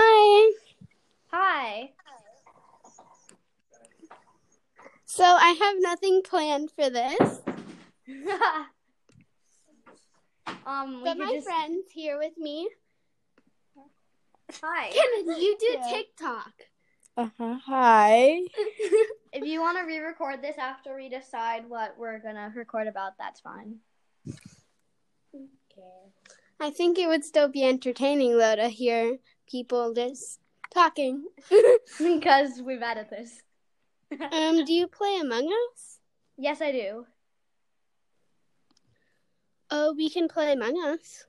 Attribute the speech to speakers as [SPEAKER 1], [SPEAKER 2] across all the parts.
[SPEAKER 1] Hi.
[SPEAKER 2] Hi.
[SPEAKER 1] So I have nothing planned for this,
[SPEAKER 2] um, we
[SPEAKER 1] but
[SPEAKER 2] could
[SPEAKER 1] my
[SPEAKER 2] just
[SPEAKER 1] friend's here with me.
[SPEAKER 2] hi.
[SPEAKER 1] Kenneth, you do
[SPEAKER 2] Yeah.
[SPEAKER 1] TikTok.
[SPEAKER 3] Uh-huh. Hi.
[SPEAKER 2] If you want to re-record this after we decide what we're gonna record about, that's fine.
[SPEAKER 1] I think it would still be entertaining though to hear people just talking.
[SPEAKER 2] Because we've added this.
[SPEAKER 1] Um, do you play Among Us?
[SPEAKER 2] Yes, I do.
[SPEAKER 1] Oh, we can play Among Us.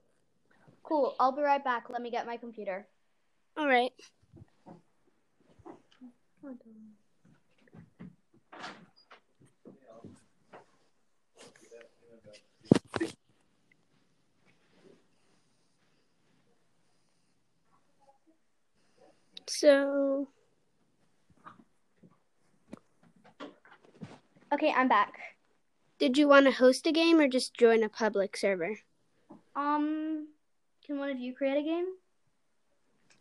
[SPEAKER 2] Cool. I'll be right back. Let me get my computer.
[SPEAKER 1] All right. So,
[SPEAKER 2] Okay, I'm back.
[SPEAKER 1] did you want to host a game or just join a public server?
[SPEAKER 2] Um, can one of you create a game?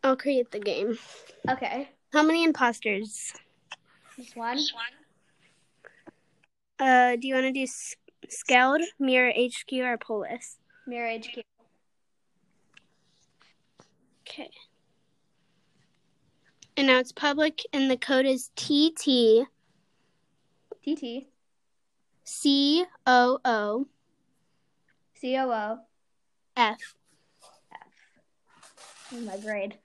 [SPEAKER 1] I'll create the game.
[SPEAKER 2] Okay,
[SPEAKER 1] How many imposters?
[SPEAKER 2] just one.
[SPEAKER 1] Uh, do you want to do S- Scout, Mirror HQ, or Polis?
[SPEAKER 2] Mirror HQ.
[SPEAKER 1] Okay. And now it's public, and the code is TT
[SPEAKER 2] TT.
[SPEAKER 1] C O O
[SPEAKER 2] COO.
[SPEAKER 1] F.
[SPEAKER 2] Oh, my grade.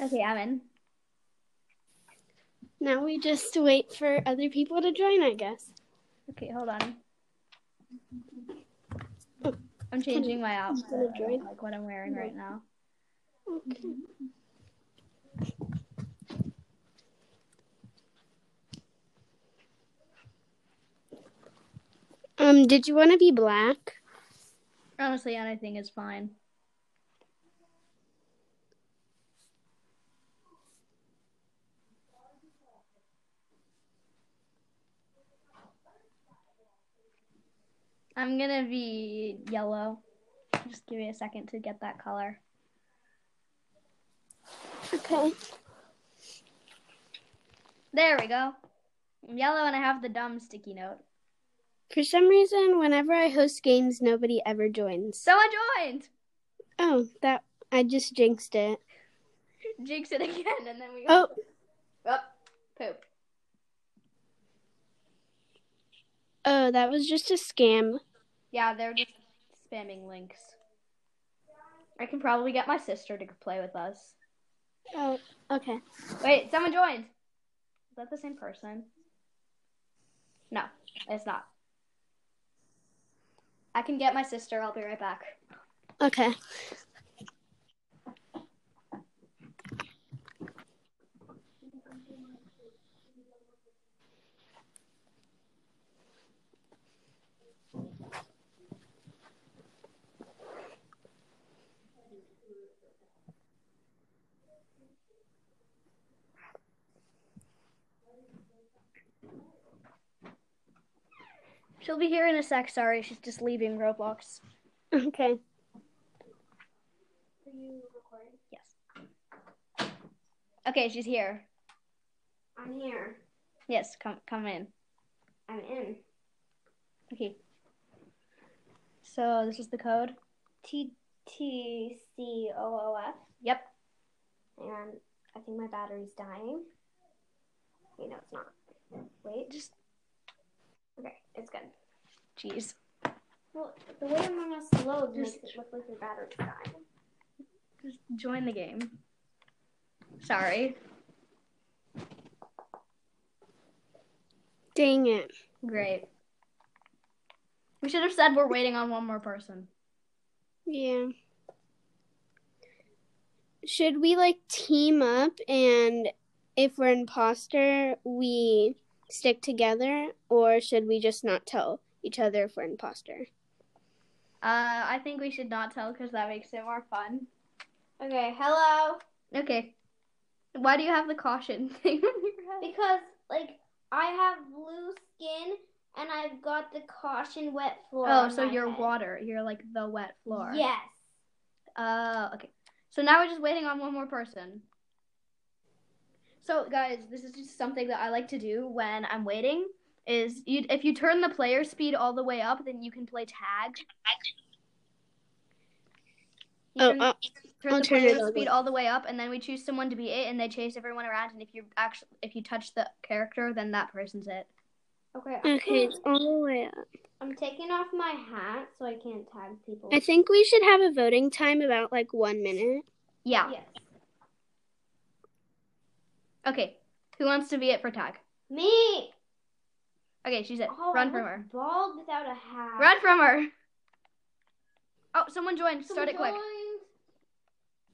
[SPEAKER 2] Okay, I'm in.
[SPEAKER 1] Now we just wait for other people to join, I guess.
[SPEAKER 2] Okay, hold on. I'm changing my outfit,
[SPEAKER 1] Wanna join?
[SPEAKER 2] like what I'm wearing right now.
[SPEAKER 1] Okay. Um, did you want to be black?
[SPEAKER 2] Honestly, anything is fine. I'm gonna be yellow. Just give me a second to get that color.
[SPEAKER 1] Okay.
[SPEAKER 2] There we go. I'm yellow, and I have the dumb sticky note.
[SPEAKER 1] For some reason, whenever I host games, nobody ever joins.
[SPEAKER 2] Someone joined.
[SPEAKER 1] Oh, that I just jinxed it.
[SPEAKER 2] Jinx it again, and then we.
[SPEAKER 1] Oh,
[SPEAKER 2] oh poop.
[SPEAKER 1] oh, that was just a scam.
[SPEAKER 2] Yeah, they're just spamming links. I can probably get my sister to play with us.
[SPEAKER 1] Oh, okay.
[SPEAKER 2] Wait, someone joined. Is that the same person? No, it's not. I can get my sister. I'll be right back.
[SPEAKER 1] Okay.
[SPEAKER 2] She'll be here in a sec. Sorry, she's just leaving Roblox.
[SPEAKER 1] Okay.
[SPEAKER 2] Are you recording? Yes. Okay, she's here.
[SPEAKER 1] I'm here.
[SPEAKER 2] Yes, come come in.
[SPEAKER 1] I'm in.
[SPEAKER 2] Okay. So this is the code.
[SPEAKER 1] T T C E O O F.
[SPEAKER 2] Yep.
[SPEAKER 1] And I think my battery's dying. Wait, no, it's not. Wait, just. Okay, it's good.
[SPEAKER 2] Jeez.
[SPEAKER 1] Well, the way Among Us loads makes it look like your battery's dying.
[SPEAKER 2] Just join the game. Sorry.
[SPEAKER 1] Dang it.
[SPEAKER 2] Great. We should have said we're waiting on one more person.
[SPEAKER 1] Yeah. Should we like team up and if we're imposter, we stick together, or should we just not tell each other if we're imposter?
[SPEAKER 2] Uh, I think we should not tell because that makes it more fun. Okay, hello. Okay. Why do you have the caution thing on your head?
[SPEAKER 4] Because like I have blue skin and I've got the caution wet floor.
[SPEAKER 2] Oh,
[SPEAKER 4] on
[SPEAKER 2] so
[SPEAKER 4] my
[SPEAKER 2] you're
[SPEAKER 4] head.
[SPEAKER 2] water. You're like the wet floor.
[SPEAKER 4] Yes.
[SPEAKER 2] Uh, okay. So now we're just waiting on one more person. So guys, this is just something that I like to do when I'm waiting. Is you if you turn the player speed all the way up, then you can play tag. You
[SPEAKER 1] Oh,
[SPEAKER 2] can
[SPEAKER 1] uh,
[SPEAKER 2] turn
[SPEAKER 1] I'll
[SPEAKER 2] the
[SPEAKER 1] turn it
[SPEAKER 2] player
[SPEAKER 1] all the
[SPEAKER 2] speed
[SPEAKER 1] way
[SPEAKER 2] all the way up, and then we choose someone to be it, and they chase everyone around. And if you actually if you touch the character, then that person's it.
[SPEAKER 4] Okay.
[SPEAKER 2] Mm-hmm.
[SPEAKER 4] I'm
[SPEAKER 1] okay, it's
[SPEAKER 4] taking-
[SPEAKER 1] all the way up.
[SPEAKER 4] I'm taking off my hat so I can't tag people.
[SPEAKER 1] I think we should have a voting time about like one minute.
[SPEAKER 2] Yeah.
[SPEAKER 4] Yes.
[SPEAKER 2] Okay. Who wants to be it for tag?
[SPEAKER 4] Me.
[SPEAKER 2] Okay, she's it.
[SPEAKER 4] Oh,
[SPEAKER 2] Run
[SPEAKER 4] I
[SPEAKER 2] from
[SPEAKER 4] look
[SPEAKER 2] her.
[SPEAKER 4] Bald without a hat.
[SPEAKER 2] Run from her. Oh, someone joined. Start it
[SPEAKER 4] Someone
[SPEAKER 2] quick.
[SPEAKER 4] joined.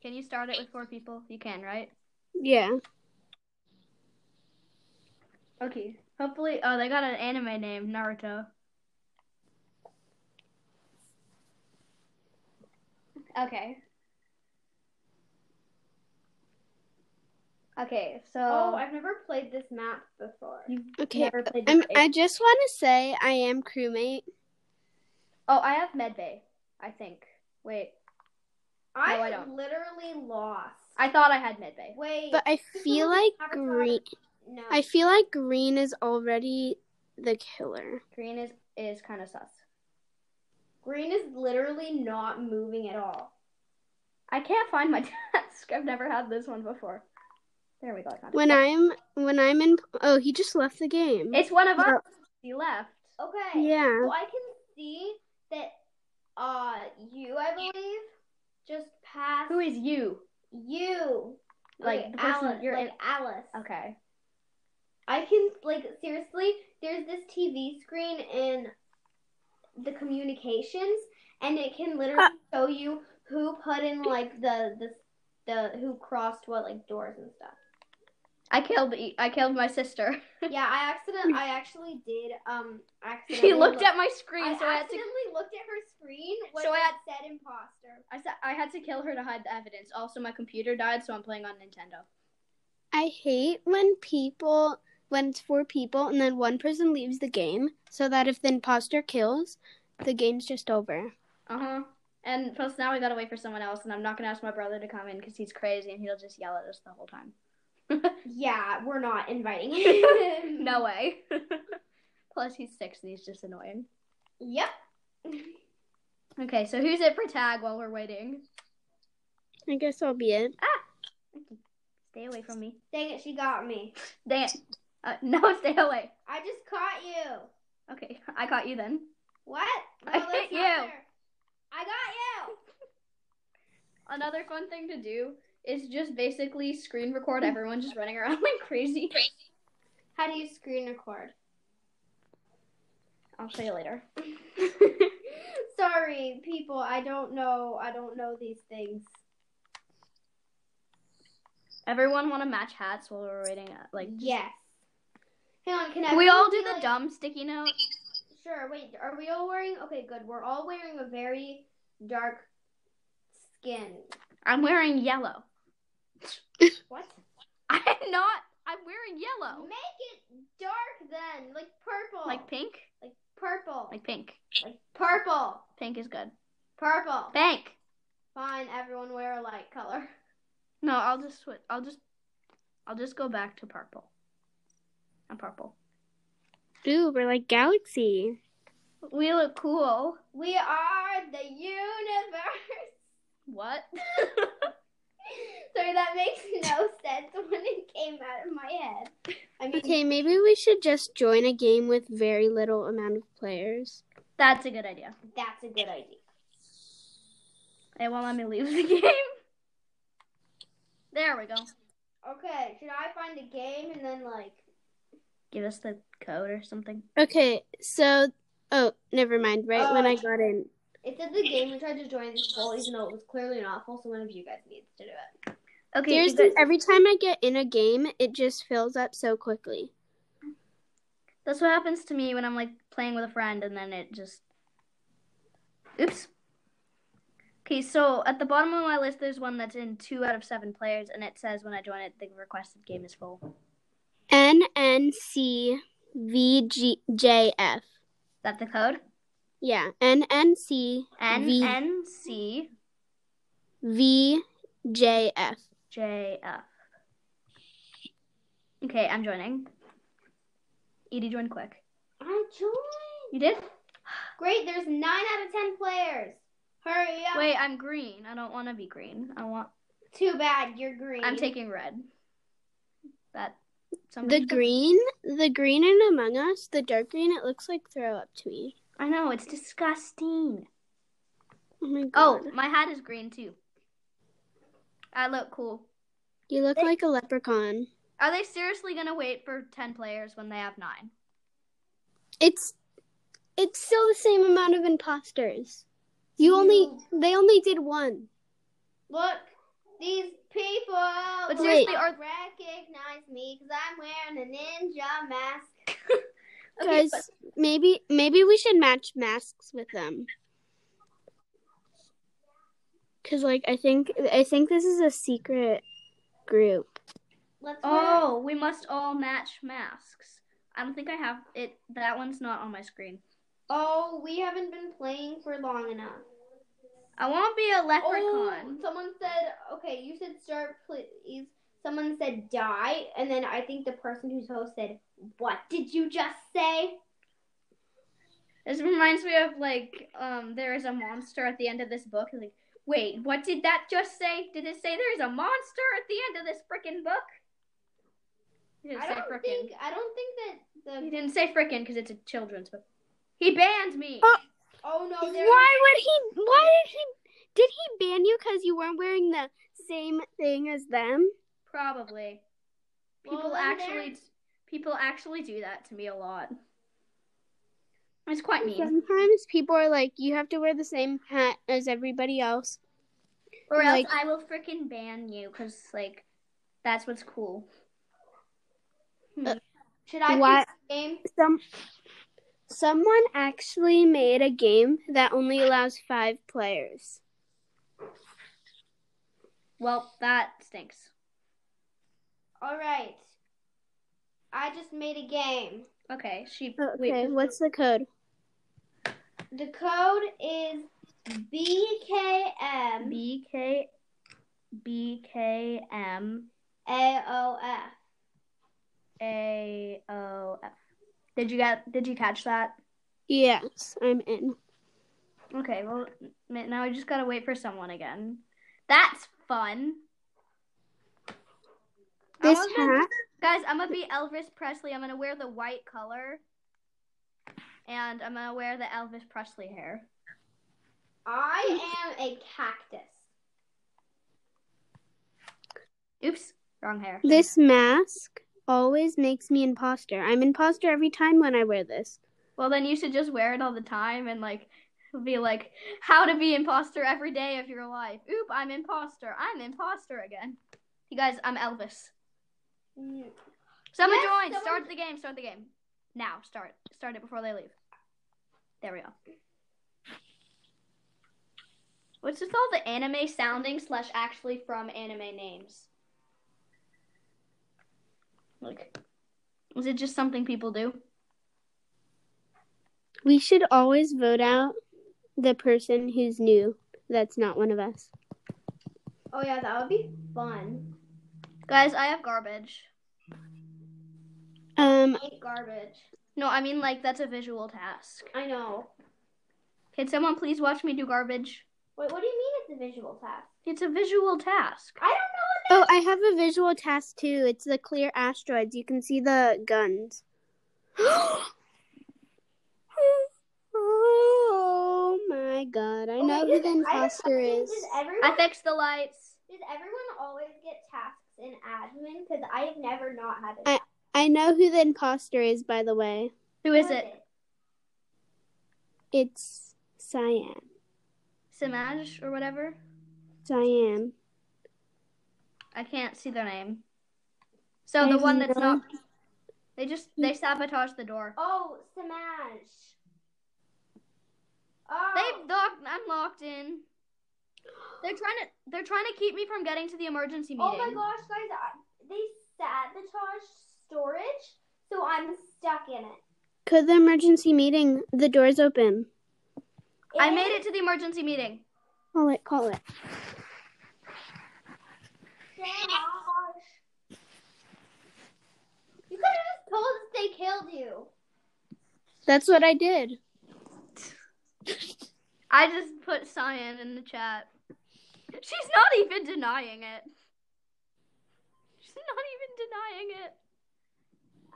[SPEAKER 2] Can you start it with four people? You can, right?
[SPEAKER 1] Yeah.
[SPEAKER 2] Okay. Hopefully. Oh, they got an anime name, Naruto. Okay. Okay, so
[SPEAKER 4] Oh, I've never played this map before.
[SPEAKER 1] Okay.
[SPEAKER 2] never played
[SPEAKER 1] Um,
[SPEAKER 2] this
[SPEAKER 1] I just want to say I am crewmate.
[SPEAKER 2] Oh, I have Medbay, I think. Wait.
[SPEAKER 4] I,
[SPEAKER 2] I don't.
[SPEAKER 4] literally lost.
[SPEAKER 2] I thought I had Medbay.
[SPEAKER 4] Wait.
[SPEAKER 1] But I feel like
[SPEAKER 4] Avatar?
[SPEAKER 1] green.
[SPEAKER 4] no.
[SPEAKER 1] I feel like green is already the killer.
[SPEAKER 2] Green is is kind of sus.
[SPEAKER 4] Green is literally not moving at all.
[SPEAKER 2] I can't find my desk. I've never had this one before. There we go. I found it.
[SPEAKER 1] When I'm when I'm in. Oh, he just left the game.
[SPEAKER 2] It's one of
[SPEAKER 1] No.
[SPEAKER 2] us. He left.
[SPEAKER 4] Okay.
[SPEAKER 1] Yeah.
[SPEAKER 4] Well, I can see that uh you, I believe, just passed
[SPEAKER 2] Who is you?
[SPEAKER 4] you.
[SPEAKER 2] Like,
[SPEAKER 4] Okay,
[SPEAKER 2] the person
[SPEAKER 4] Alice,
[SPEAKER 2] you're
[SPEAKER 4] like
[SPEAKER 2] in-
[SPEAKER 4] Alice.
[SPEAKER 2] Okay.
[SPEAKER 4] I can like seriously, there's this TV screen in the communications and it can literally
[SPEAKER 2] Uh.
[SPEAKER 4] show you who put in like the the the who crossed what like doors and stuff.
[SPEAKER 2] I killed. e, I killed my sister.
[SPEAKER 4] yeah, I accident. I actually did. Um, accidentally
[SPEAKER 2] She looked
[SPEAKER 4] look-
[SPEAKER 2] at my screen,
[SPEAKER 4] I
[SPEAKER 2] so I had to.
[SPEAKER 4] accidentally looked at her screen. When
[SPEAKER 2] So
[SPEAKER 4] so
[SPEAKER 2] I
[SPEAKER 4] I
[SPEAKER 2] had-
[SPEAKER 4] said imposter.
[SPEAKER 2] I, sa- I had to kill her to hide the evidence. Also, my computer died, so I'm playing on Nintendo.
[SPEAKER 1] I hate when people when it's four people and then one person leaves the game so that if the imposter kills, the game's just over.
[SPEAKER 2] Uh huh. And plus, now we gotta wait for someone else, and I'm not gonna ask my brother to come in because he's crazy and he'll just yell at us the whole time.
[SPEAKER 4] Yeah, we're not inviting him.
[SPEAKER 2] No way. plus, he's six and he's just annoying.
[SPEAKER 4] Yep.
[SPEAKER 2] Okay, so who's it for tag while we're waiting?
[SPEAKER 1] I guess I'll be it.
[SPEAKER 2] Stay away from me.
[SPEAKER 4] Dang it, she got me.
[SPEAKER 2] Dang it. Uh, no, stay away.
[SPEAKER 4] I just caught you.
[SPEAKER 2] Okay, I got you then.
[SPEAKER 4] What? No,
[SPEAKER 2] I
[SPEAKER 4] that's
[SPEAKER 2] hit
[SPEAKER 4] not
[SPEAKER 2] you.
[SPEAKER 4] fair. I got you.
[SPEAKER 2] Another fun thing to do is just basically screen record everyone just running around like crazy.
[SPEAKER 4] How do you screen record?
[SPEAKER 2] I'll show you later.
[SPEAKER 4] Sorry, people. I don't know. I don't know these things.
[SPEAKER 2] Everyone want to match hats while we're waiting at like. just-
[SPEAKER 4] Yes. Hang on. Can
[SPEAKER 2] Can we all
[SPEAKER 4] everyone
[SPEAKER 2] do
[SPEAKER 4] be
[SPEAKER 2] the
[SPEAKER 4] like-
[SPEAKER 2] dumb sticky note?
[SPEAKER 4] Sure. Wait, are we all wearing? Okay, good. We're all wearing a very dark skin.
[SPEAKER 2] I'm wearing yellow.
[SPEAKER 4] What?
[SPEAKER 2] I'm not. I'm wearing yellow.
[SPEAKER 4] Make it dark then, like purple.
[SPEAKER 2] Oh. Like pink?
[SPEAKER 4] Like purple.
[SPEAKER 2] Like pink.
[SPEAKER 4] Like purple.
[SPEAKER 2] Pink is good.
[SPEAKER 4] Purple.
[SPEAKER 2] Pink.
[SPEAKER 4] Fine. Everyone wear a light color.
[SPEAKER 2] No, I'll just switch. I'll just. I'll just go back to purple. I'm purple.
[SPEAKER 1] Ooh, we're like galaxy.
[SPEAKER 2] We look cool.
[SPEAKER 4] We are the universe.
[SPEAKER 2] What?
[SPEAKER 4] Sorry, that makes no sense when it came out of my head. I mean,
[SPEAKER 1] Okay, maybe we should just join a game with very little amount of players.
[SPEAKER 2] That's a good idea.
[SPEAKER 4] that's a good idea.
[SPEAKER 2] It won't let me leave the game. There we go.
[SPEAKER 4] Okay, should I find a game and then like?
[SPEAKER 2] Give us the code or something.
[SPEAKER 1] Okay, so oh, never mind. Right when
[SPEAKER 4] Oh.
[SPEAKER 1] I got in.
[SPEAKER 4] It said the game we tried to join this poll, even though it was clearly an awful, so one of you guys needs to do it.
[SPEAKER 2] Okay. you
[SPEAKER 1] Seriously,
[SPEAKER 2] guys-
[SPEAKER 1] every time I get in a game, it just fills up so quickly.
[SPEAKER 2] that's what happens to me when I'm like playing with a friend and then it just. Oops. Okay, so at the bottom of my list, there's one that's in two out of seven players, and it says when I join it, the requested game is full.
[SPEAKER 1] N N C VGJF.
[SPEAKER 2] that the code?
[SPEAKER 1] Yeah, NNC
[SPEAKER 2] N
[SPEAKER 1] V-
[SPEAKER 2] N C
[SPEAKER 1] VJF.
[SPEAKER 2] J F. Okay, I'm joining. Edie, join quick.
[SPEAKER 4] I joined.
[SPEAKER 2] You did?
[SPEAKER 4] Great, there's nine out of ten players. Hurry up.
[SPEAKER 2] Wait, I'm green. I don't want to be green. I want.
[SPEAKER 4] Too bad you're green.
[SPEAKER 2] I'm taking red. That.
[SPEAKER 1] The
[SPEAKER 2] somebody's-
[SPEAKER 1] green, the green in Among Us, the dark green, it looks like throw up to me.
[SPEAKER 2] I know it's disgusting.
[SPEAKER 1] Oh my god.
[SPEAKER 2] Oh, my hat is green too. I look cool.
[SPEAKER 1] you look like a leprechaun.
[SPEAKER 2] Are they seriously gonna wait for ten players when they have nine?
[SPEAKER 1] It's it's still the same amount of imposters. You only they only did one.
[SPEAKER 4] Look, these people
[SPEAKER 2] But
[SPEAKER 4] will
[SPEAKER 2] seriously, are-
[SPEAKER 4] recognize me because I'm wearing a ninja mask.
[SPEAKER 2] Okay,
[SPEAKER 1] Because maybe maybe we should match masks with them. Cause like I think I think this is a secret group.
[SPEAKER 4] Let's wear-
[SPEAKER 2] Oh, we must all match masks. I don't think I have it. That one's not on my screen.
[SPEAKER 4] oh, we haven't been playing for long enough.
[SPEAKER 2] I want to be a
[SPEAKER 4] Oh,
[SPEAKER 2] leprechaun.
[SPEAKER 4] someone said, okay, you said start, please. Someone said die, and then I think the person who's host said, what did you just say?
[SPEAKER 2] This reminds me of like um, there is a monster at the end of this book. Like, wait, what did that just say? Did it say there is a monster at the end of this freaking book? It didn't
[SPEAKER 4] I
[SPEAKER 2] say
[SPEAKER 4] don't
[SPEAKER 2] frickin'.
[SPEAKER 4] think I don't think that
[SPEAKER 2] He
[SPEAKER 4] the
[SPEAKER 2] didn't say frickin' because it's a children's book. He banned me.
[SPEAKER 1] Oh.
[SPEAKER 4] oh no, there
[SPEAKER 1] Why would he? Why did he? Did he ban you because you weren't wearing the same thing as them?
[SPEAKER 2] Probably. People
[SPEAKER 4] Well, then
[SPEAKER 2] actually people actually do that to me a lot. It's quite mean.
[SPEAKER 1] Sometimes people are like, you have to wear the same hat as everybody else.
[SPEAKER 2] Or else
[SPEAKER 1] Like-
[SPEAKER 2] I will frickin' ban you because like that's what's cool.
[SPEAKER 4] should I
[SPEAKER 1] Why-
[SPEAKER 4] pick the game?
[SPEAKER 1] Some someone actually made a game that only allows five players.
[SPEAKER 2] Well, that stinks.
[SPEAKER 4] All right, I just made a game.
[SPEAKER 2] Okay, she
[SPEAKER 1] Okay,
[SPEAKER 2] wait.
[SPEAKER 1] what's the code?
[SPEAKER 4] The code is BKM
[SPEAKER 2] B K B K M
[SPEAKER 4] AOF.
[SPEAKER 2] A O F. Did you get did you catch that?
[SPEAKER 1] Yes, I'm in.
[SPEAKER 2] Okay, well, n- now I just gotta wait for someone again. That's fun. I
[SPEAKER 1] This
[SPEAKER 2] wanna-
[SPEAKER 1] hat,
[SPEAKER 2] Guys, I'm gonna be Elvis Presley. I'm gonna wear the white color. And I'm gonna wear the Elvis Presley hair.
[SPEAKER 4] I am a cactus.
[SPEAKER 2] Oops, wrong hair.
[SPEAKER 1] this mask always makes me imposter. I'm imposter every time when I wear this.
[SPEAKER 2] Well, then you should just wear it all the time and, like, be like, how to be imposter every day of your life. Oop, I'm imposter. I'm imposter again. You guys, I'm Elvis.
[SPEAKER 4] Mm,
[SPEAKER 2] Someone
[SPEAKER 4] Yes,
[SPEAKER 2] join.
[SPEAKER 4] someone-
[SPEAKER 2] Start the game. Start the game. Now. Start. Start it before they leave. There we go. What's with all the anime sounding slash actually from anime names? Like, is it just something people do?
[SPEAKER 1] We should always vote out the person who's new. That's not one of us.
[SPEAKER 4] Oh yeah, that would be fun.
[SPEAKER 2] Guys, I have garbage.
[SPEAKER 1] Um,
[SPEAKER 4] Like garbage.
[SPEAKER 2] No, I mean like that's a visual task.
[SPEAKER 4] I know.
[SPEAKER 2] Can someone please watch me do garbage?
[SPEAKER 4] Wait, what do you mean it's a visual task?
[SPEAKER 2] It's a visual task.
[SPEAKER 4] I don't know
[SPEAKER 1] oh, I have a visual task too. It's the clear asteroids. You can see the guns. oh my god! I
[SPEAKER 4] what
[SPEAKER 1] know
[SPEAKER 4] the.
[SPEAKER 1] who the
[SPEAKER 4] I have a
[SPEAKER 1] imposter
[SPEAKER 4] question.
[SPEAKER 1] is.
[SPEAKER 4] Did everyone,
[SPEAKER 2] I fixed the lights.
[SPEAKER 4] did everyone always get tasks in admin? Because I have never not had it.
[SPEAKER 1] I- I know who the imposter is, by the way.
[SPEAKER 2] Who
[SPEAKER 4] Who
[SPEAKER 2] is it?
[SPEAKER 1] It's Cyan.
[SPEAKER 2] Simaj or whatever?
[SPEAKER 1] Cyan.
[SPEAKER 2] I can't see their name. So
[SPEAKER 1] I
[SPEAKER 2] the one that's
[SPEAKER 1] know.
[SPEAKER 2] not. They just they sabotage the door.
[SPEAKER 4] Mm. Oh, Smash. Oh.
[SPEAKER 2] They've locked. I'm locked in. They're trying to. They're trying to keep me from getting to the emergency meeting.
[SPEAKER 4] Oh my gosh, guys, I, they sabotaged storage, so I'm stuck in it.
[SPEAKER 1] Could the emergency meeting? The door's open.
[SPEAKER 2] I made it to the emergency meeting.
[SPEAKER 1] Call it. Call it.
[SPEAKER 4] Gosh. You could have just told us they killed you.
[SPEAKER 1] That's what I did.
[SPEAKER 2] I just put cyan in the chat. She's not even denying it. She's not even denying it.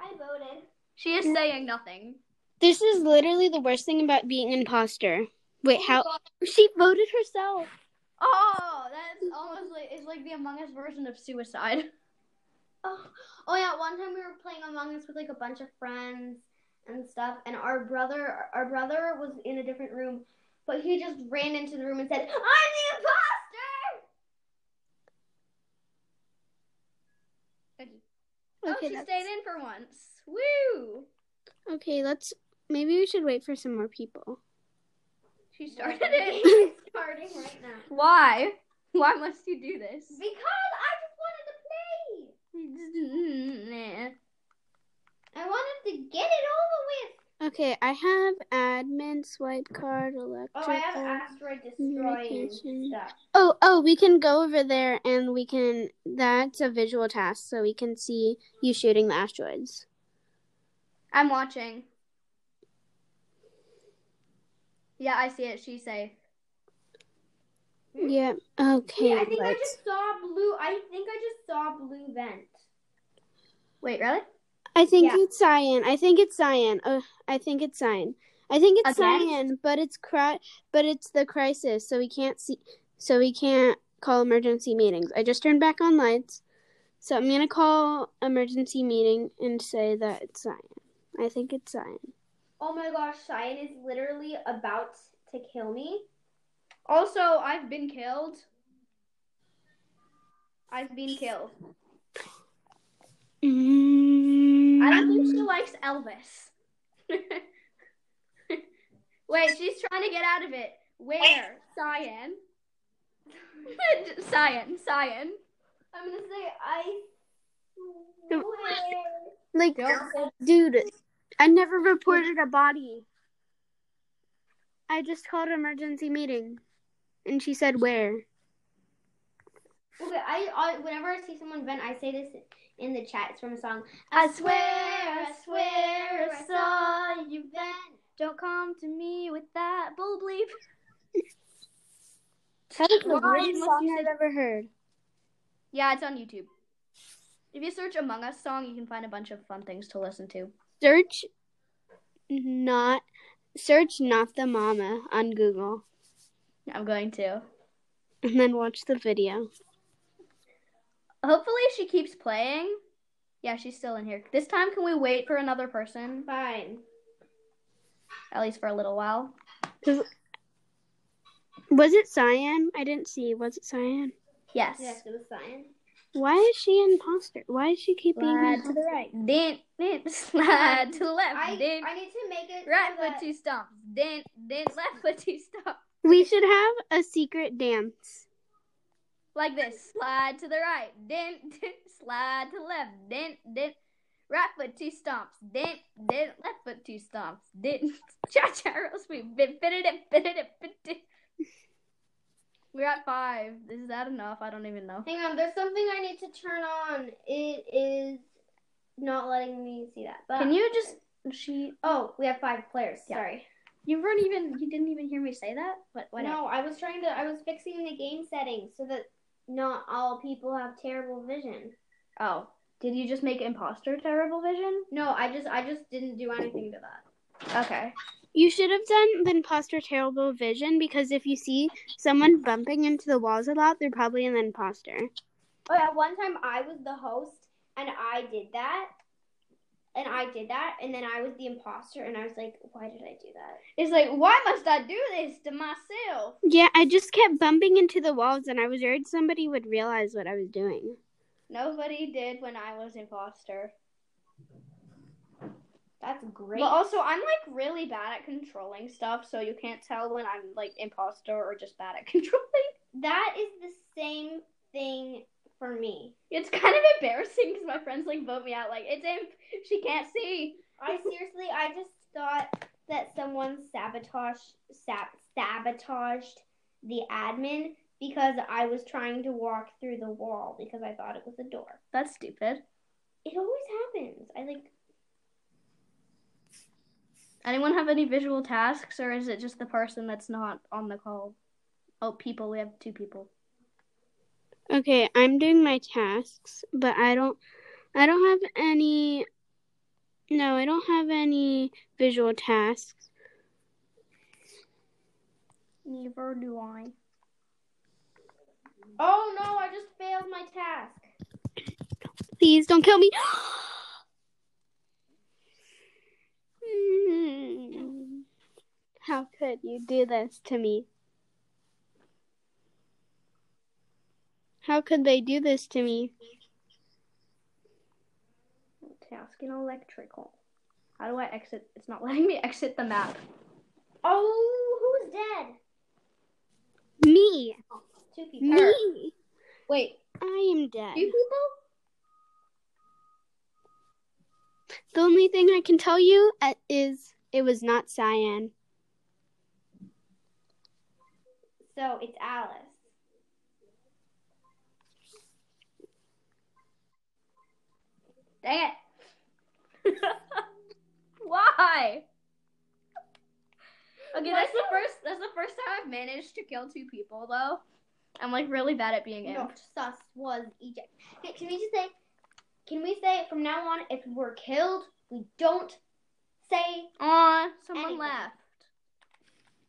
[SPEAKER 4] I voted.
[SPEAKER 2] She is saying nothing.
[SPEAKER 1] This is literally the worst thing about being an imposter. Wait, how? She voted herself.
[SPEAKER 2] Oh, that's almost like it's like the Among Us version of suicide.
[SPEAKER 4] Oh, oh yeah, one time we were playing Among Us with like a bunch of friends and stuff, and our brother, our brother was in a different room, but he just ran into the room and said, "I'm the imposter."
[SPEAKER 2] Oh, she
[SPEAKER 1] that's-
[SPEAKER 2] stayed in for once. Woo!
[SPEAKER 1] okay, let's. Maybe we should wait for some more people.
[SPEAKER 2] She started it.
[SPEAKER 4] Starting right now
[SPEAKER 2] Why? Why must you do this?
[SPEAKER 4] because I just wanted to play. I wanted to get it over with.
[SPEAKER 1] Okay, I have admin swipe card, electrical.
[SPEAKER 4] Oh, I have asteroid destroying
[SPEAKER 1] communication.
[SPEAKER 4] stuff.
[SPEAKER 1] Oh, oh, we can go over there and we can. That's a visual task, so we can see you shooting the asteroids.
[SPEAKER 2] I'm watching. Yeah, I see it. She's safe.
[SPEAKER 1] Yeah. Okay.
[SPEAKER 4] Wait, I think I
[SPEAKER 1] let's-
[SPEAKER 4] just saw blue. I think I just saw blue vent.
[SPEAKER 2] Wait, really?
[SPEAKER 1] I think
[SPEAKER 4] yeah.
[SPEAKER 1] it's cyan. I think it's cyan. Oh, I think it's cyan. I think it's
[SPEAKER 2] Again?
[SPEAKER 1] cyan, but it's cri- but it's the crisis, so we can't see. So we can't call emergency meetings. I just turned back on lights, so I'm gonna call emergency meeting and say that it's cyan. I think it's cyan.
[SPEAKER 4] Oh my gosh, Cyan is literally about to kill me.
[SPEAKER 2] Also, I've been killed. I've been killed. I don't think she likes Elvis. Wait, she's trying to get out of it. Where? Cyan. Cyan, Cyan.
[SPEAKER 4] I'm gonna say I
[SPEAKER 1] No.
[SPEAKER 4] swear.
[SPEAKER 1] Like, dude, I never reported a body. I just called emergency meeting, and she said where.
[SPEAKER 4] Okay, I, I whenever I see someone vent, I say this in the chat. It's from a song.
[SPEAKER 2] I swear, I swear, I
[SPEAKER 4] saw you vent.
[SPEAKER 2] Don't come to me with that bull bleep.
[SPEAKER 1] That is the
[SPEAKER 2] Why
[SPEAKER 1] worst
[SPEAKER 2] must
[SPEAKER 1] song
[SPEAKER 2] you
[SPEAKER 1] I've ever heard.
[SPEAKER 2] Yeah, it's on YouTube. If you search Among Us song, you can find a bunch of fun things to listen to.
[SPEAKER 1] Search not search not the mama on Google
[SPEAKER 2] I'm going to.
[SPEAKER 1] and then watch the video.
[SPEAKER 2] Hopefully, she keeps playing. Yeah, she's still in here. This time, can we wait for another person?
[SPEAKER 4] Fine.
[SPEAKER 2] At least for a little while.
[SPEAKER 1] Was it Cyan? I didn't see. Was it Cyan?
[SPEAKER 2] Yes.
[SPEAKER 4] Yes, it was Cyan.
[SPEAKER 1] Why is she an imposter? Why is she keeping
[SPEAKER 2] Slide to the right. Dent, dent. Slide to the left.
[SPEAKER 4] I, I
[SPEAKER 2] dent.
[SPEAKER 4] need to make it
[SPEAKER 2] right
[SPEAKER 4] so
[SPEAKER 2] foot
[SPEAKER 4] that-
[SPEAKER 2] two stomps. Dent, dent. Left foot two stomps.
[SPEAKER 1] We should have a secret dance.
[SPEAKER 2] Like this. Slide to the right. Dent, dent. Slide to the left. Dent, dent. Right foot two stomps. Dent, dent. Left foot two stomps. Dent. Cha cha real sweet. Bit, bit it, bit it, bit it. We're at five. Is that enough? I don't even know.
[SPEAKER 4] Hang on, there's something I need to turn on. It is not letting me see that. But
[SPEAKER 2] Can you just. She.
[SPEAKER 4] Oh, we have five players.
[SPEAKER 2] Yeah.
[SPEAKER 4] Sorry.
[SPEAKER 2] You weren't even. You didn't even hear me say that? But whatever.
[SPEAKER 4] No, I was trying to. I was fixing the game settings so that not all people have terrible vision.
[SPEAKER 2] Oh. Did you just make imposter terrible vision?
[SPEAKER 4] No, I just I just didn't do anything to that.
[SPEAKER 2] Okay.
[SPEAKER 1] You should have done the imposter terrible vision because if you see someone bumping into the walls a lot, they're probably an imposter.
[SPEAKER 4] Oh yeah, one time I was the host and I did that, and I did that, and then I was the imposter, and I was like, why did I do that?
[SPEAKER 2] It's like, why must I do this to myself?
[SPEAKER 1] Yeah, I just kept bumping into the walls and I was worried somebody would realize what I was doing.
[SPEAKER 2] Nobody did when I was imposter.
[SPEAKER 4] That's great.
[SPEAKER 2] But also, I'm like really bad at controlling stuff, so you can't tell when I'm like imposter or just bad at controlling.
[SPEAKER 4] that is the same thing for me.
[SPEAKER 2] It's kind of embarrassing because my friends like vote me out, like it's imp. She can't see.
[SPEAKER 4] I seriously, I just thought that someone sabotaged sab- sabotaged the admin because I was trying to walk through the wall because I thought it was a door.
[SPEAKER 2] That's stupid.
[SPEAKER 4] It always happens. I like
[SPEAKER 2] Anyone have any visual tasks, or is it just the person that's not on the call? Oh, people. We have two people.
[SPEAKER 1] Okay, I'm doing my tasks, but I don't I don't have any No, I don't have any visual tasks.
[SPEAKER 2] Neither do I.
[SPEAKER 4] Oh no, I just failed my task.
[SPEAKER 1] Please don't kill me. Hmm. How could you do this to me? How could they do this to me?
[SPEAKER 2] Task in electrical. How do I exit? It's not letting me exit the map.
[SPEAKER 4] Oh, who's dead?
[SPEAKER 1] Me.
[SPEAKER 4] Two people.
[SPEAKER 1] Me.
[SPEAKER 2] Wait,
[SPEAKER 1] I am dead.
[SPEAKER 4] Two people?
[SPEAKER 1] The only thing I can tell you uh, is it was not Cyan.
[SPEAKER 4] So it's Alice.
[SPEAKER 2] dang it! Why? Okay, that's the first. That's the first time I've managed to kill two people though. I'm like really bad at being
[SPEAKER 4] No,
[SPEAKER 2] amped.
[SPEAKER 4] sus was eject. Okay, can we just say? Can we say from now on, if we're killed, we don't say
[SPEAKER 2] Aw, someone
[SPEAKER 4] Anything.
[SPEAKER 2] left.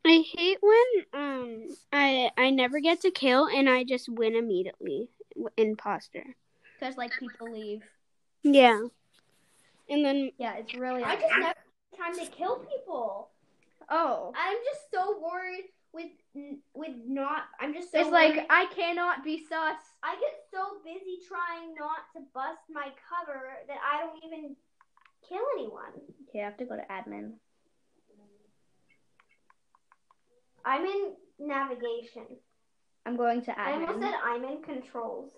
[SPEAKER 1] I hate when um I I never get to kill and I just win immediately. w- Imposter.
[SPEAKER 2] Because like people leave.
[SPEAKER 1] Yeah. And then
[SPEAKER 2] Yeah, it's really.
[SPEAKER 4] I just never have time to kill people.
[SPEAKER 2] oh.
[SPEAKER 4] I'm just so worried with with not. I'm just so
[SPEAKER 2] It's like
[SPEAKER 4] worried.
[SPEAKER 2] I cannot be sus.
[SPEAKER 4] I get so busy trying not to bust my cover that I don't even kill anyone.
[SPEAKER 2] Okay, I have to go to admin.
[SPEAKER 4] I'm in navigation.
[SPEAKER 2] I'm going to
[SPEAKER 4] I almost
[SPEAKER 2] admin.
[SPEAKER 4] said I'm in controls.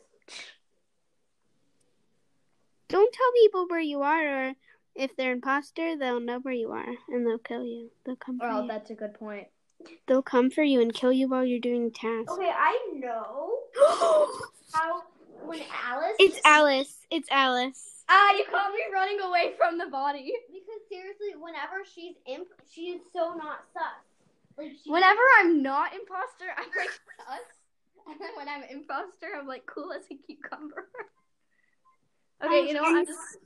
[SPEAKER 1] don't tell people where you are or if they're imposter, they'll know where you are and they'll kill you. They'll come for
[SPEAKER 2] Oh,
[SPEAKER 1] you.
[SPEAKER 2] that's a good point.
[SPEAKER 1] They'll come for you and kill you while you're doing tasks.
[SPEAKER 4] Okay, I know how when Alice. Ah,
[SPEAKER 1] It's Alice. It's Alice.
[SPEAKER 2] Ah, you caught me running away from the body.
[SPEAKER 4] Because seriously, whenever she's imp, she's so not sus. Like she,
[SPEAKER 2] Whenever I'm not imposter, I'm like sus. And then when I'm imposter, I'm like cool as a cucumber.
[SPEAKER 4] Oh,
[SPEAKER 2] okay, you know what? I'm just,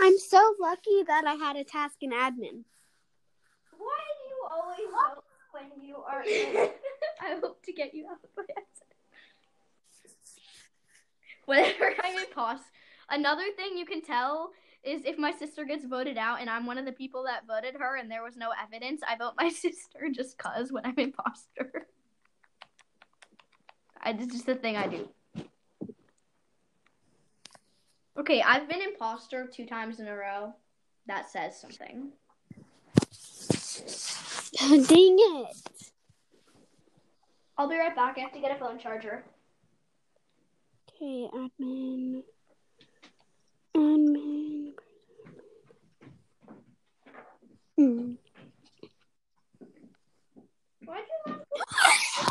[SPEAKER 1] I'm so lucky that I had a task in admin.
[SPEAKER 4] why do you always know when you are? In-
[SPEAKER 2] I hope to get you out by accident. Whenever I'm imposter. Another thing you can tell is if my sister gets voted out and I'm one of the people that voted her and there was no evidence, I vote my sister just cause when I'm imposter. I, it's just the thing I do. Okay, I've been imposter two times in a row. That says something.
[SPEAKER 1] Dang it.
[SPEAKER 2] I'll be right back.
[SPEAKER 4] I have to get a phone charger.
[SPEAKER 1] Okay, admin. Admin. Hmm.
[SPEAKER 4] Why'd you laugh?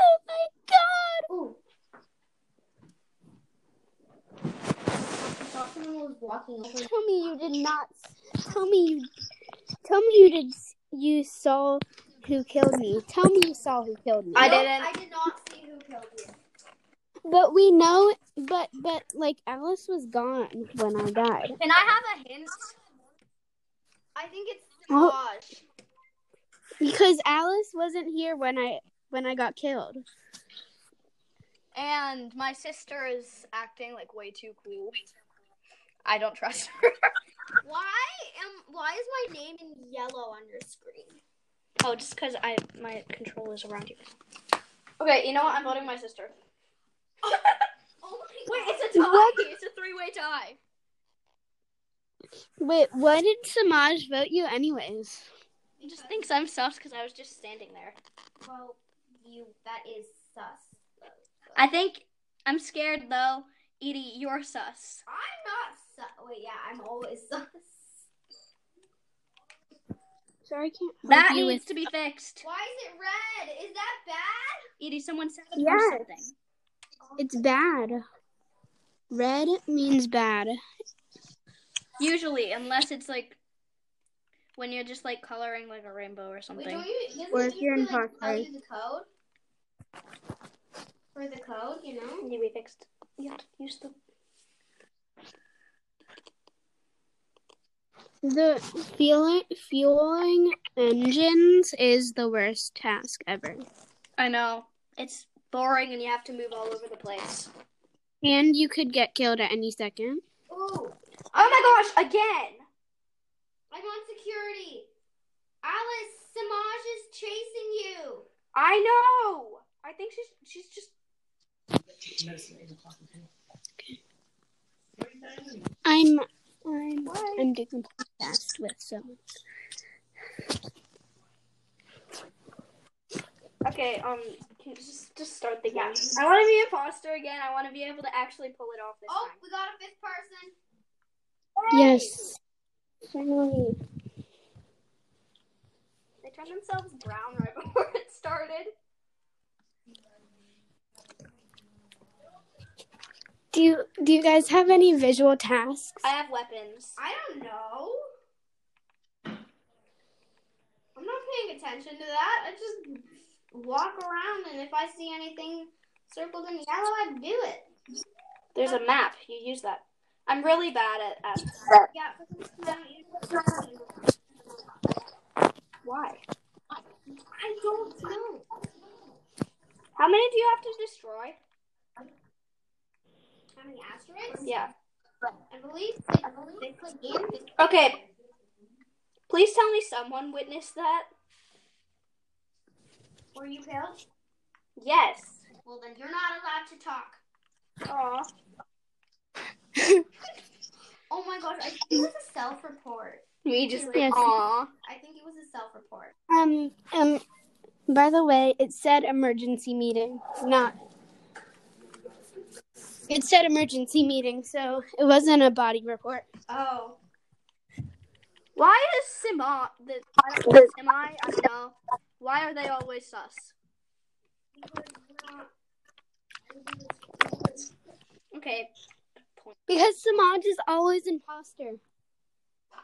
[SPEAKER 1] oh my god!
[SPEAKER 4] Ooh. I thought someone was walking over.
[SPEAKER 1] Tell me you did not. Tell me you. Tell me you did. You saw who killed me. Tell me you saw who killed me.
[SPEAKER 2] I
[SPEAKER 4] Nope,
[SPEAKER 2] didn't.
[SPEAKER 4] I did not see who killed you.
[SPEAKER 1] But we know. But but like Alice was gone when I died.
[SPEAKER 2] Can I have a hint?
[SPEAKER 4] I think it's
[SPEAKER 1] Oh.
[SPEAKER 4] Samaj.
[SPEAKER 1] Because Alice wasn't here when I when I got killed.
[SPEAKER 2] And my sister is acting like way too cool. I don't trust her.
[SPEAKER 4] Why am? Why is my name in yellow on your screen?
[SPEAKER 2] oh, just because I my control is around you. Okay, you know what? I'm voting my sister.
[SPEAKER 4] Oh my
[SPEAKER 2] Wait,
[SPEAKER 4] god.
[SPEAKER 2] it's a tie.
[SPEAKER 1] What?
[SPEAKER 2] Oh, It's a three-way tie.
[SPEAKER 1] Wait, why did Samaj vote you anyways?
[SPEAKER 2] He just thinks I'm sus because I was just standing there.
[SPEAKER 4] Well, you. That is sus.
[SPEAKER 2] I think I'm scared though Edie, you are sus.
[SPEAKER 4] I'm not sus. Wait, yeah, I'm always sus.
[SPEAKER 1] Sorry, I can't. help
[SPEAKER 2] That
[SPEAKER 1] you
[SPEAKER 2] needs
[SPEAKER 1] with-
[SPEAKER 2] to be fixed.
[SPEAKER 4] Why is it red? Is that bad?
[SPEAKER 2] Edie, someone said
[SPEAKER 1] Yes.
[SPEAKER 2] something.
[SPEAKER 1] It's bad. Red means bad.
[SPEAKER 2] Usually, unless it's like when you're just like coloring like a rainbow or something.
[SPEAKER 4] Wait, don't you? Doesn't
[SPEAKER 1] Or
[SPEAKER 4] it
[SPEAKER 1] if you're in
[SPEAKER 4] usually, like, tell
[SPEAKER 1] Hawkeye.
[SPEAKER 4] you the code for the code, you know?
[SPEAKER 2] need to be fixed. You have to use the.
[SPEAKER 1] The fueling, fueling engines is the worst task ever.
[SPEAKER 2] I know it's boring, and you have to move all over the place.
[SPEAKER 1] And you could get killed at any second.
[SPEAKER 4] Ooh,
[SPEAKER 2] Oh my gosh! Again.
[SPEAKER 4] I'm on security. Alice, Samaj is chasing you.
[SPEAKER 2] I know. I think she's she's just.
[SPEAKER 1] I'm I'm I'm doing a podcast with someone.
[SPEAKER 2] Okay, um, can you just just start the game. I want to be a foster again. I want to be able to actually pull it off this
[SPEAKER 4] Oh,
[SPEAKER 2] time.
[SPEAKER 4] we got a fifth person.
[SPEAKER 1] Yes. Finally.
[SPEAKER 2] They turned themselves brown right before it started.
[SPEAKER 1] Do you do you guys have any visual tasks?
[SPEAKER 2] I have weapons.
[SPEAKER 4] I don't know. I'm not paying attention to that. I just walk around, and if I see anything circled in yellow, I do it.
[SPEAKER 2] There's a map. You use that. I'm really bad at. at
[SPEAKER 4] Yeah. I
[SPEAKER 2] why?
[SPEAKER 4] don't know.
[SPEAKER 2] How many do you have to destroy?
[SPEAKER 4] How many asteroids?
[SPEAKER 2] Yeah.
[SPEAKER 4] I believe six, six again.
[SPEAKER 2] Okay. Please tell me someone witnessed that.
[SPEAKER 4] Were you killed?
[SPEAKER 2] Yes.
[SPEAKER 4] Well, then you're not allowed to talk.
[SPEAKER 2] Aw.
[SPEAKER 4] Oh my gosh, I think it was a self report.
[SPEAKER 2] Me just.
[SPEAKER 1] Yes.
[SPEAKER 2] Aw.
[SPEAKER 4] I think it was a self report.
[SPEAKER 1] Um um by the way, it said emergency meeting, not it said emergency meeting, so it wasn't a body report.
[SPEAKER 4] Oh.
[SPEAKER 2] Why is Sima the the Simi? I don't know. Why are they always sus? Okay.
[SPEAKER 1] Because Samaj is always imposter.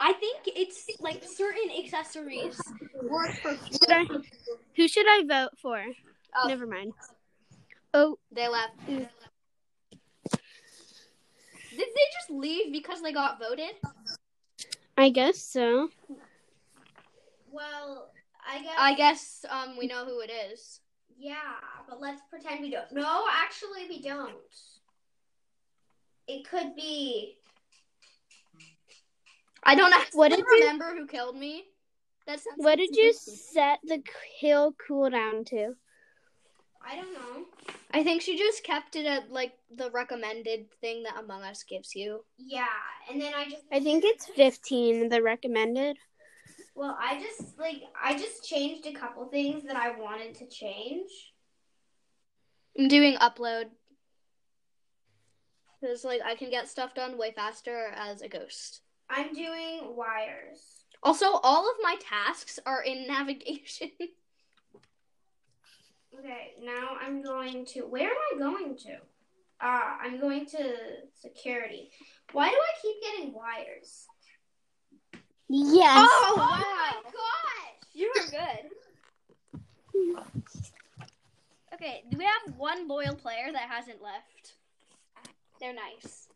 [SPEAKER 2] I think it's like certain accessories work for.
[SPEAKER 1] Should I, who should I vote for?
[SPEAKER 2] Oh.
[SPEAKER 1] Never mind. Oh,
[SPEAKER 2] They left. Did they just leave because they got voted?
[SPEAKER 1] I guess so.
[SPEAKER 4] Well, I guess.
[SPEAKER 2] I guess um we know who it is.
[SPEAKER 4] Yeah, but let's pretend we don't. No, actually, we don't. It could be.
[SPEAKER 2] I don't actually
[SPEAKER 1] What did you-
[SPEAKER 2] remember who killed me. That sounds
[SPEAKER 1] What did you set the hill cooldown to?
[SPEAKER 4] I don't know.
[SPEAKER 2] I think she just kept it at like the recommended thing that Among Us gives you.
[SPEAKER 4] Yeah, and then I just.
[SPEAKER 1] I think it's 15, the recommended.
[SPEAKER 4] Well, I just like I just changed a couple things that I wanted to change.
[SPEAKER 2] I'm doing upload. Cause like I can get stuff done way faster as a ghost.
[SPEAKER 4] I'm doing wires.
[SPEAKER 2] Also, all of my tasks are in navigation.
[SPEAKER 4] Okay, now I'm going to. Where am I going to? Ah, I'm going to security. Why do I keep getting wires?
[SPEAKER 1] Yes.
[SPEAKER 4] Oh my gosh!
[SPEAKER 2] You were good. Okay, do we have one loyal player that hasn't left? They're nice.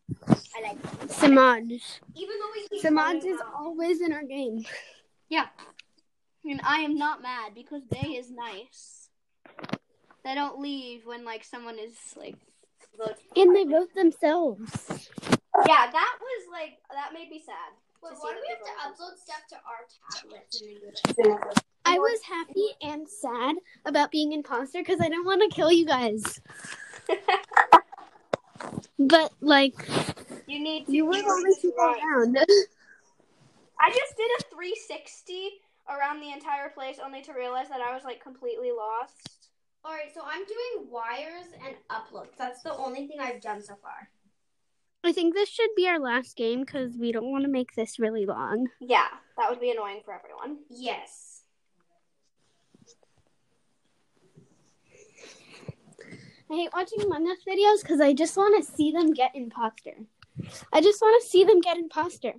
[SPEAKER 2] I like them.
[SPEAKER 1] Samaj.
[SPEAKER 4] Even though we keep
[SPEAKER 1] Samaj
[SPEAKER 4] going
[SPEAKER 1] is
[SPEAKER 4] out.
[SPEAKER 1] always in our game.
[SPEAKER 2] And I am not mad because they is nice. They don't leave when like someone is like voted.
[SPEAKER 1] And they vote themselves.
[SPEAKER 2] Yeah, that was like that made me sad.
[SPEAKER 4] Wait,
[SPEAKER 2] to see
[SPEAKER 4] why do
[SPEAKER 2] that
[SPEAKER 4] we have
[SPEAKER 2] they
[SPEAKER 4] to
[SPEAKER 2] voted.
[SPEAKER 4] upload stuff to our tablets and then go to
[SPEAKER 1] I was happy and sad about being imposter because I don't want to kill you guys. but, like,
[SPEAKER 2] You need to
[SPEAKER 1] you were the only people
[SPEAKER 2] Right.
[SPEAKER 1] around.
[SPEAKER 2] I just did a 360 around the entire place only to realize that I was like completely lost.
[SPEAKER 4] All right, so I'm doing wires and uploads. That's the only thing I've done so far.
[SPEAKER 1] I think this should be our last game because we don't want to make this really long.
[SPEAKER 2] Yeah, that would be annoying for everyone.
[SPEAKER 4] Yes.
[SPEAKER 1] I hate watching Among Us videos because I just want to see them get imposter. I just want to see them get imposter.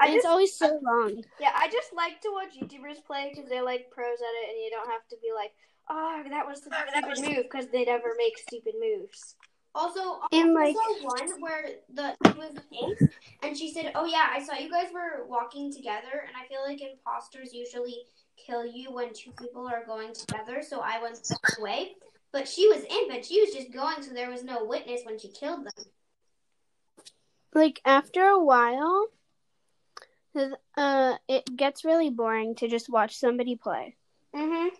[SPEAKER 2] I
[SPEAKER 1] and
[SPEAKER 2] just,
[SPEAKER 1] it's always so long.
[SPEAKER 2] yeah, I just like to watch YouTubers play because they're like pros at it, and you don't have to be like, oh, that was such a stupid move because they never make stupid moves.
[SPEAKER 4] Also,
[SPEAKER 1] And,
[SPEAKER 4] I
[SPEAKER 1] like-
[SPEAKER 4] saw one where the it was Ace, and she said, "Oh yeah, I saw you guys were walking together, and I feel like imposters usually kill you when two people are going together, so I went the other way." But she was in, but she was just going, so there was no witness when she killed them.
[SPEAKER 1] Like after a while, th- uh, it gets really boring to just watch somebody play.
[SPEAKER 2] Mm-hmm.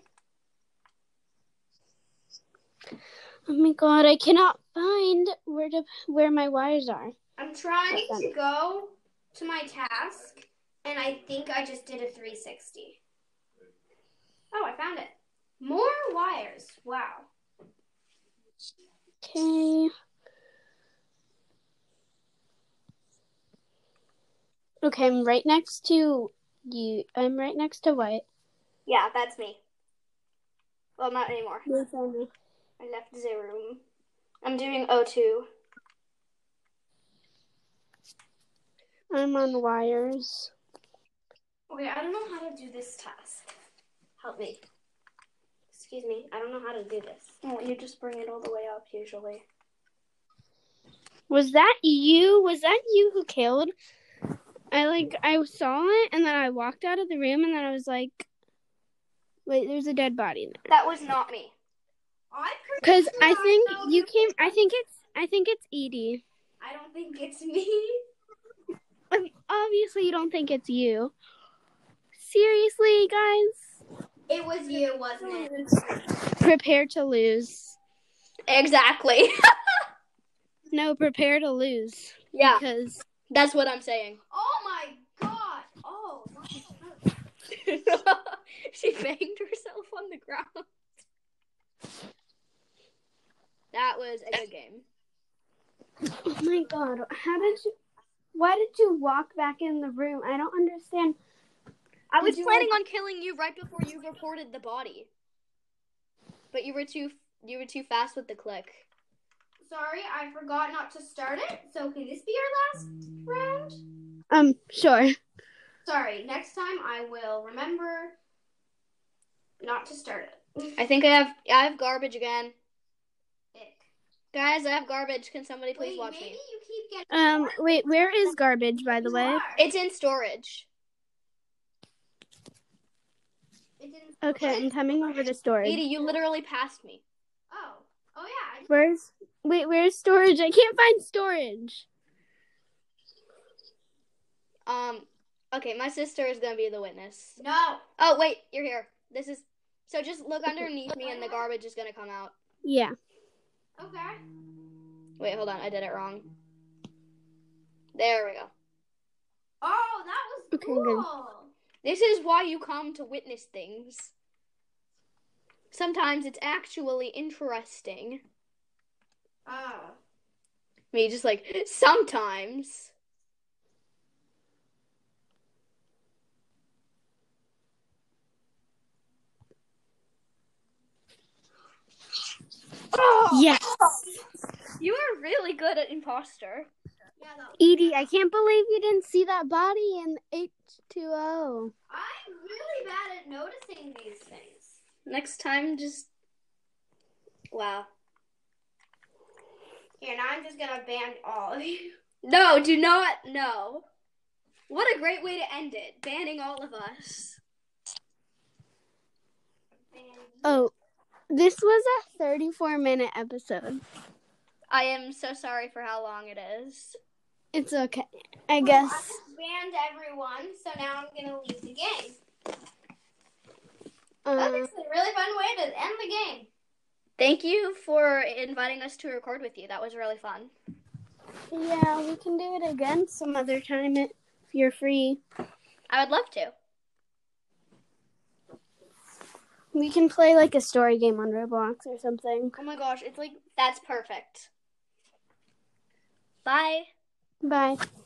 [SPEAKER 1] Oh my god, I cannot find where to where my wires are.
[SPEAKER 4] I'm trying to go to my task, and I think I just did a 360. Oh, I found it. More wires. Wow.
[SPEAKER 1] Okay. Okay, I'm right next to you. I'm right next to White.
[SPEAKER 2] Yeah, that's me. Well, not anymore.
[SPEAKER 1] Yes, I know.
[SPEAKER 2] I left the room. I'm doing O2.
[SPEAKER 1] I'm on wires.
[SPEAKER 4] Okay, I don't know how to do this task. Help me. Excuse me, I don't know how to do this.
[SPEAKER 2] Oh, you just bring it all the way up usually.
[SPEAKER 1] Was that you? Was that you who killed? I like I saw it and then I walked out of the room and then I was like wait, there's a dead body there.
[SPEAKER 2] That was not me.
[SPEAKER 4] I
[SPEAKER 1] Cuz I think you came I think it's I think it's Edie.
[SPEAKER 4] I don't think it's me.
[SPEAKER 1] Um, Obviously you don't think it's you. Seriously, guys,
[SPEAKER 4] It was you, wasn't it?
[SPEAKER 1] prepare to lose.
[SPEAKER 2] Exactly.
[SPEAKER 1] No, prepare to lose
[SPEAKER 2] yeah,
[SPEAKER 1] because
[SPEAKER 2] that's what I'm saying.
[SPEAKER 4] Oh my god! Oh, wow.
[SPEAKER 2] she banged herself on the ground. That was a good game.
[SPEAKER 1] Oh my god, how did you why did you walk back in the room? I don't understand.
[SPEAKER 2] I was
[SPEAKER 1] Did you
[SPEAKER 2] planning on killing you right before you reported the body, but you were too you were too fast with the click.
[SPEAKER 4] sorry, I forgot not to start it. So can this be our last round?
[SPEAKER 1] Um, sure.
[SPEAKER 4] Sorry, next time I will remember not to start it.
[SPEAKER 2] I think I have I have garbage again,
[SPEAKER 4] Ick.
[SPEAKER 2] guys. I have garbage. Can somebody please
[SPEAKER 4] Wait,
[SPEAKER 2] watch
[SPEAKER 4] maybe
[SPEAKER 2] me?
[SPEAKER 4] you keep getting
[SPEAKER 1] Um, wait, where is garbage, by the way?
[SPEAKER 4] hard.
[SPEAKER 2] It's in storage.
[SPEAKER 4] It didn't-
[SPEAKER 1] Okay, I'm coming over to storage.
[SPEAKER 2] Edie, you literally passed me.
[SPEAKER 4] Oh, oh yeah. I did-
[SPEAKER 1] Where's wait, where's storage? I can't find storage.
[SPEAKER 2] Um. Okay, my sister is gonna be the witness.
[SPEAKER 4] No.
[SPEAKER 2] Oh wait, you're here. This is so. Just look underneath me, and the garbage is gonna come out.
[SPEAKER 1] Yeah.
[SPEAKER 4] Okay.
[SPEAKER 2] Wait, hold on. I did it wrong. There we go.
[SPEAKER 4] Oh, that was
[SPEAKER 1] Okay,
[SPEAKER 4] cool. Oh.
[SPEAKER 1] good.
[SPEAKER 2] This is why you come to witness things. Sometimes it's actually interesting.
[SPEAKER 4] Oh.
[SPEAKER 2] Me just like sometimes. Oh,
[SPEAKER 1] Yes.
[SPEAKER 2] you are really good at imposter.
[SPEAKER 4] Yeah, that was
[SPEAKER 1] Edie, E I can't believe you didn't see that body in H2O.
[SPEAKER 4] I'm really bad at noticing these things.
[SPEAKER 2] Next time, just wow.
[SPEAKER 4] Here, now I'm just gonna ban all of you.
[SPEAKER 2] No, do not. No. What a great way to end it, banning all of us.
[SPEAKER 4] Ban
[SPEAKER 1] Oh, this was a 34 minute episode.
[SPEAKER 2] I am so sorry for how long it is.
[SPEAKER 1] It's okay. I
[SPEAKER 4] Well, I
[SPEAKER 1] guess.
[SPEAKER 4] just banned everyone, so now I'm gonna leave the game. That's
[SPEAKER 1] Um,
[SPEAKER 4] actually a really fun way to end the game.
[SPEAKER 2] Thank you for inviting us to record with you. That was really fun.
[SPEAKER 1] yeah, we can do it again some other time if you're free.
[SPEAKER 2] I would love to.
[SPEAKER 1] We can play like a story game on Roblox or something.
[SPEAKER 2] Oh my gosh, it's like that's perfect. Bye.
[SPEAKER 1] Bye.